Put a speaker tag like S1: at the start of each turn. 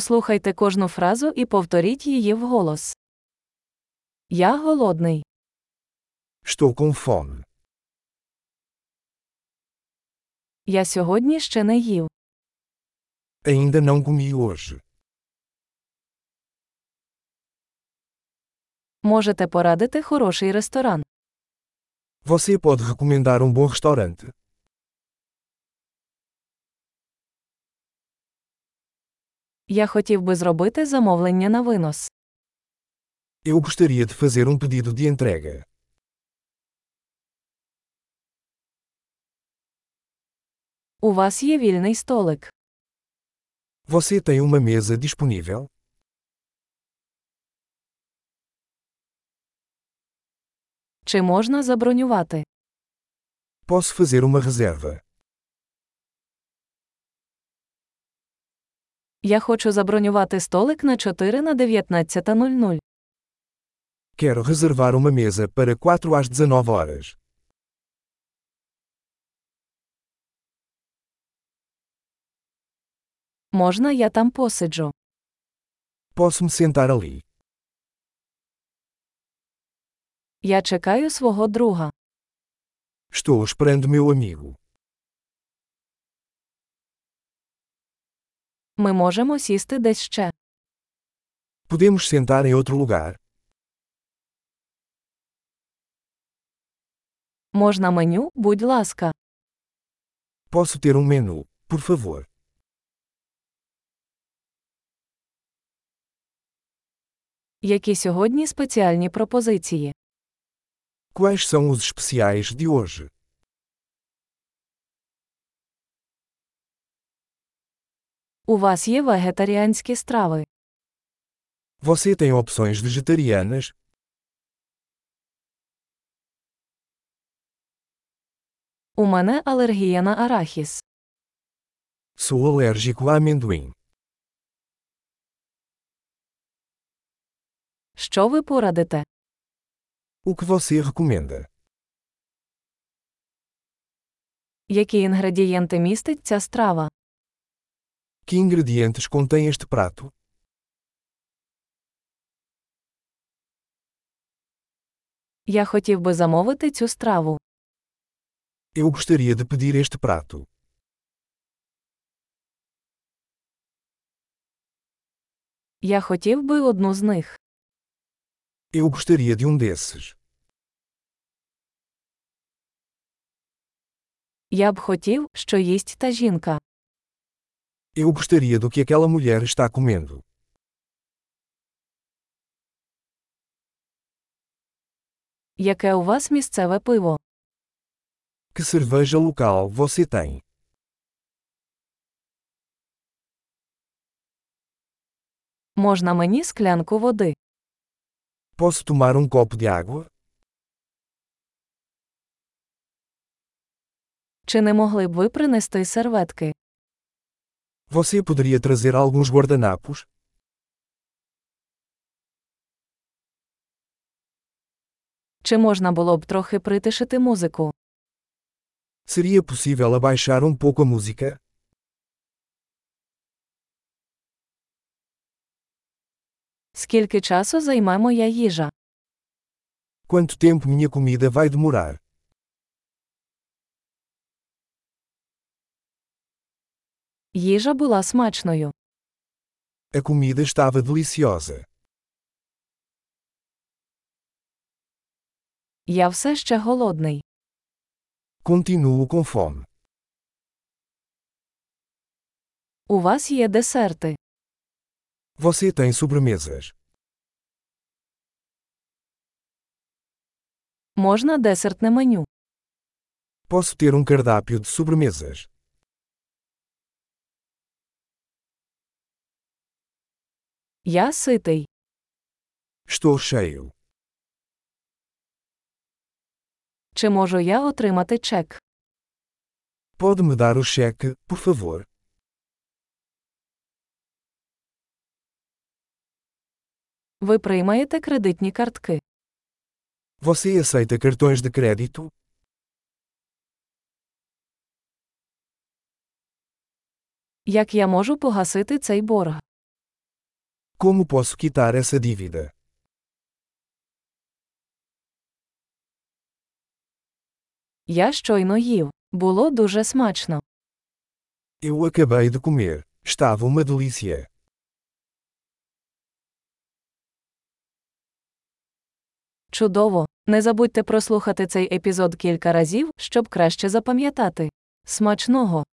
S1: Послухайте кожну фразу і повторіть її вголос. Я голодний.
S2: Estou com fome.
S1: Я сьогодні ще не їв.
S2: Ainda não comi hoje.
S1: Можете порадити хороший ресторан.
S2: Você pode recomendar um bom restaurante.
S1: Я хотів би зробити замовлення на винос.
S2: Eu gostaria de fazer um pedido de entrega.
S1: У вас є вільний столик.
S2: Você tem uma mesa disponível?
S1: Чи можна забронювати?
S2: Posso fazer uma reserva.
S1: Я хочу забронювати столик на 4 на 19.00.
S2: Quero reservar uma mesa para 4 às 19 horas.
S1: Можна я там посиджу?
S2: Posso me sentar ali.
S1: Я чекаю свого друга.
S2: Estou esperando meu amigo.
S1: Ми можемо сісти десь ще.
S2: Podemos sentar em outro lugar?
S1: Можна меню, будь ласка.
S2: Posso ter um menu, por favor?
S1: Які сьогодні спеціальні пропозиції?
S2: Quais são os especiais de hoje?
S1: У вас є вегетаріанські страви.
S2: Você tem opções vegetarianas?
S1: У мене алергія на арахіс.
S2: Sou alérgico a amendoim.
S1: Що ви порадите?
S2: O que você recomenda?
S1: Які інгредієнти містить ця страва?
S2: Que ingredientes contém este prato?
S1: Я хотів би замовити цю страву.
S2: Eu gostaria de pedir este prato.
S1: Я хотів би одну з них.
S2: Eu gostaria de um desses.
S1: Я б хотів, що їсть та жінка.
S2: Eu gostaria do que aquela mulher está comendo.
S1: Яке у вас місцеве пиво?
S2: Que cerveja local você tem?
S1: Можна мені склянку води?
S2: Posso tomar um copo de água?
S1: Чи не могли б ви принести серветки?
S2: Você poderia trazer alguns guardanapos?
S1: Чи можна було б трохи притишити музику?
S2: Seria possível abaixar um pouco a música?
S1: Скільки часу займе моя їжа?
S2: Quanto tempo minha comida vai demorar?
S1: Їжа була смачною.
S2: A comida estava deliciosa.
S1: Я все ще голодний.
S2: Continuo com fome.
S1: У вас є десерти.
S2: Você tem sobremesas.
S1: Можна десертне меню.
S2: Posso ter um cardápio de sobremesas.
S1: Я ситий.
S2: Estou cheio.
S1: Чи можу я отримати чек?
S2: Pode me dar o cheque, por favor?
S1: Ви приймаєте кредитні картки.
S2: Você aceita cartões de crédito?
S1: Як я можу погасити цей борг?
S2: Como posso quitar essa dívida?
S1: Я щойно їв. Було дуже смачно.
S2: Eu acabei de comer. Estava uma delícia.
S1: Чудово! Не забудьте прослухати цей епізод кілька разів, щоб краще запам'ятати. Смачного!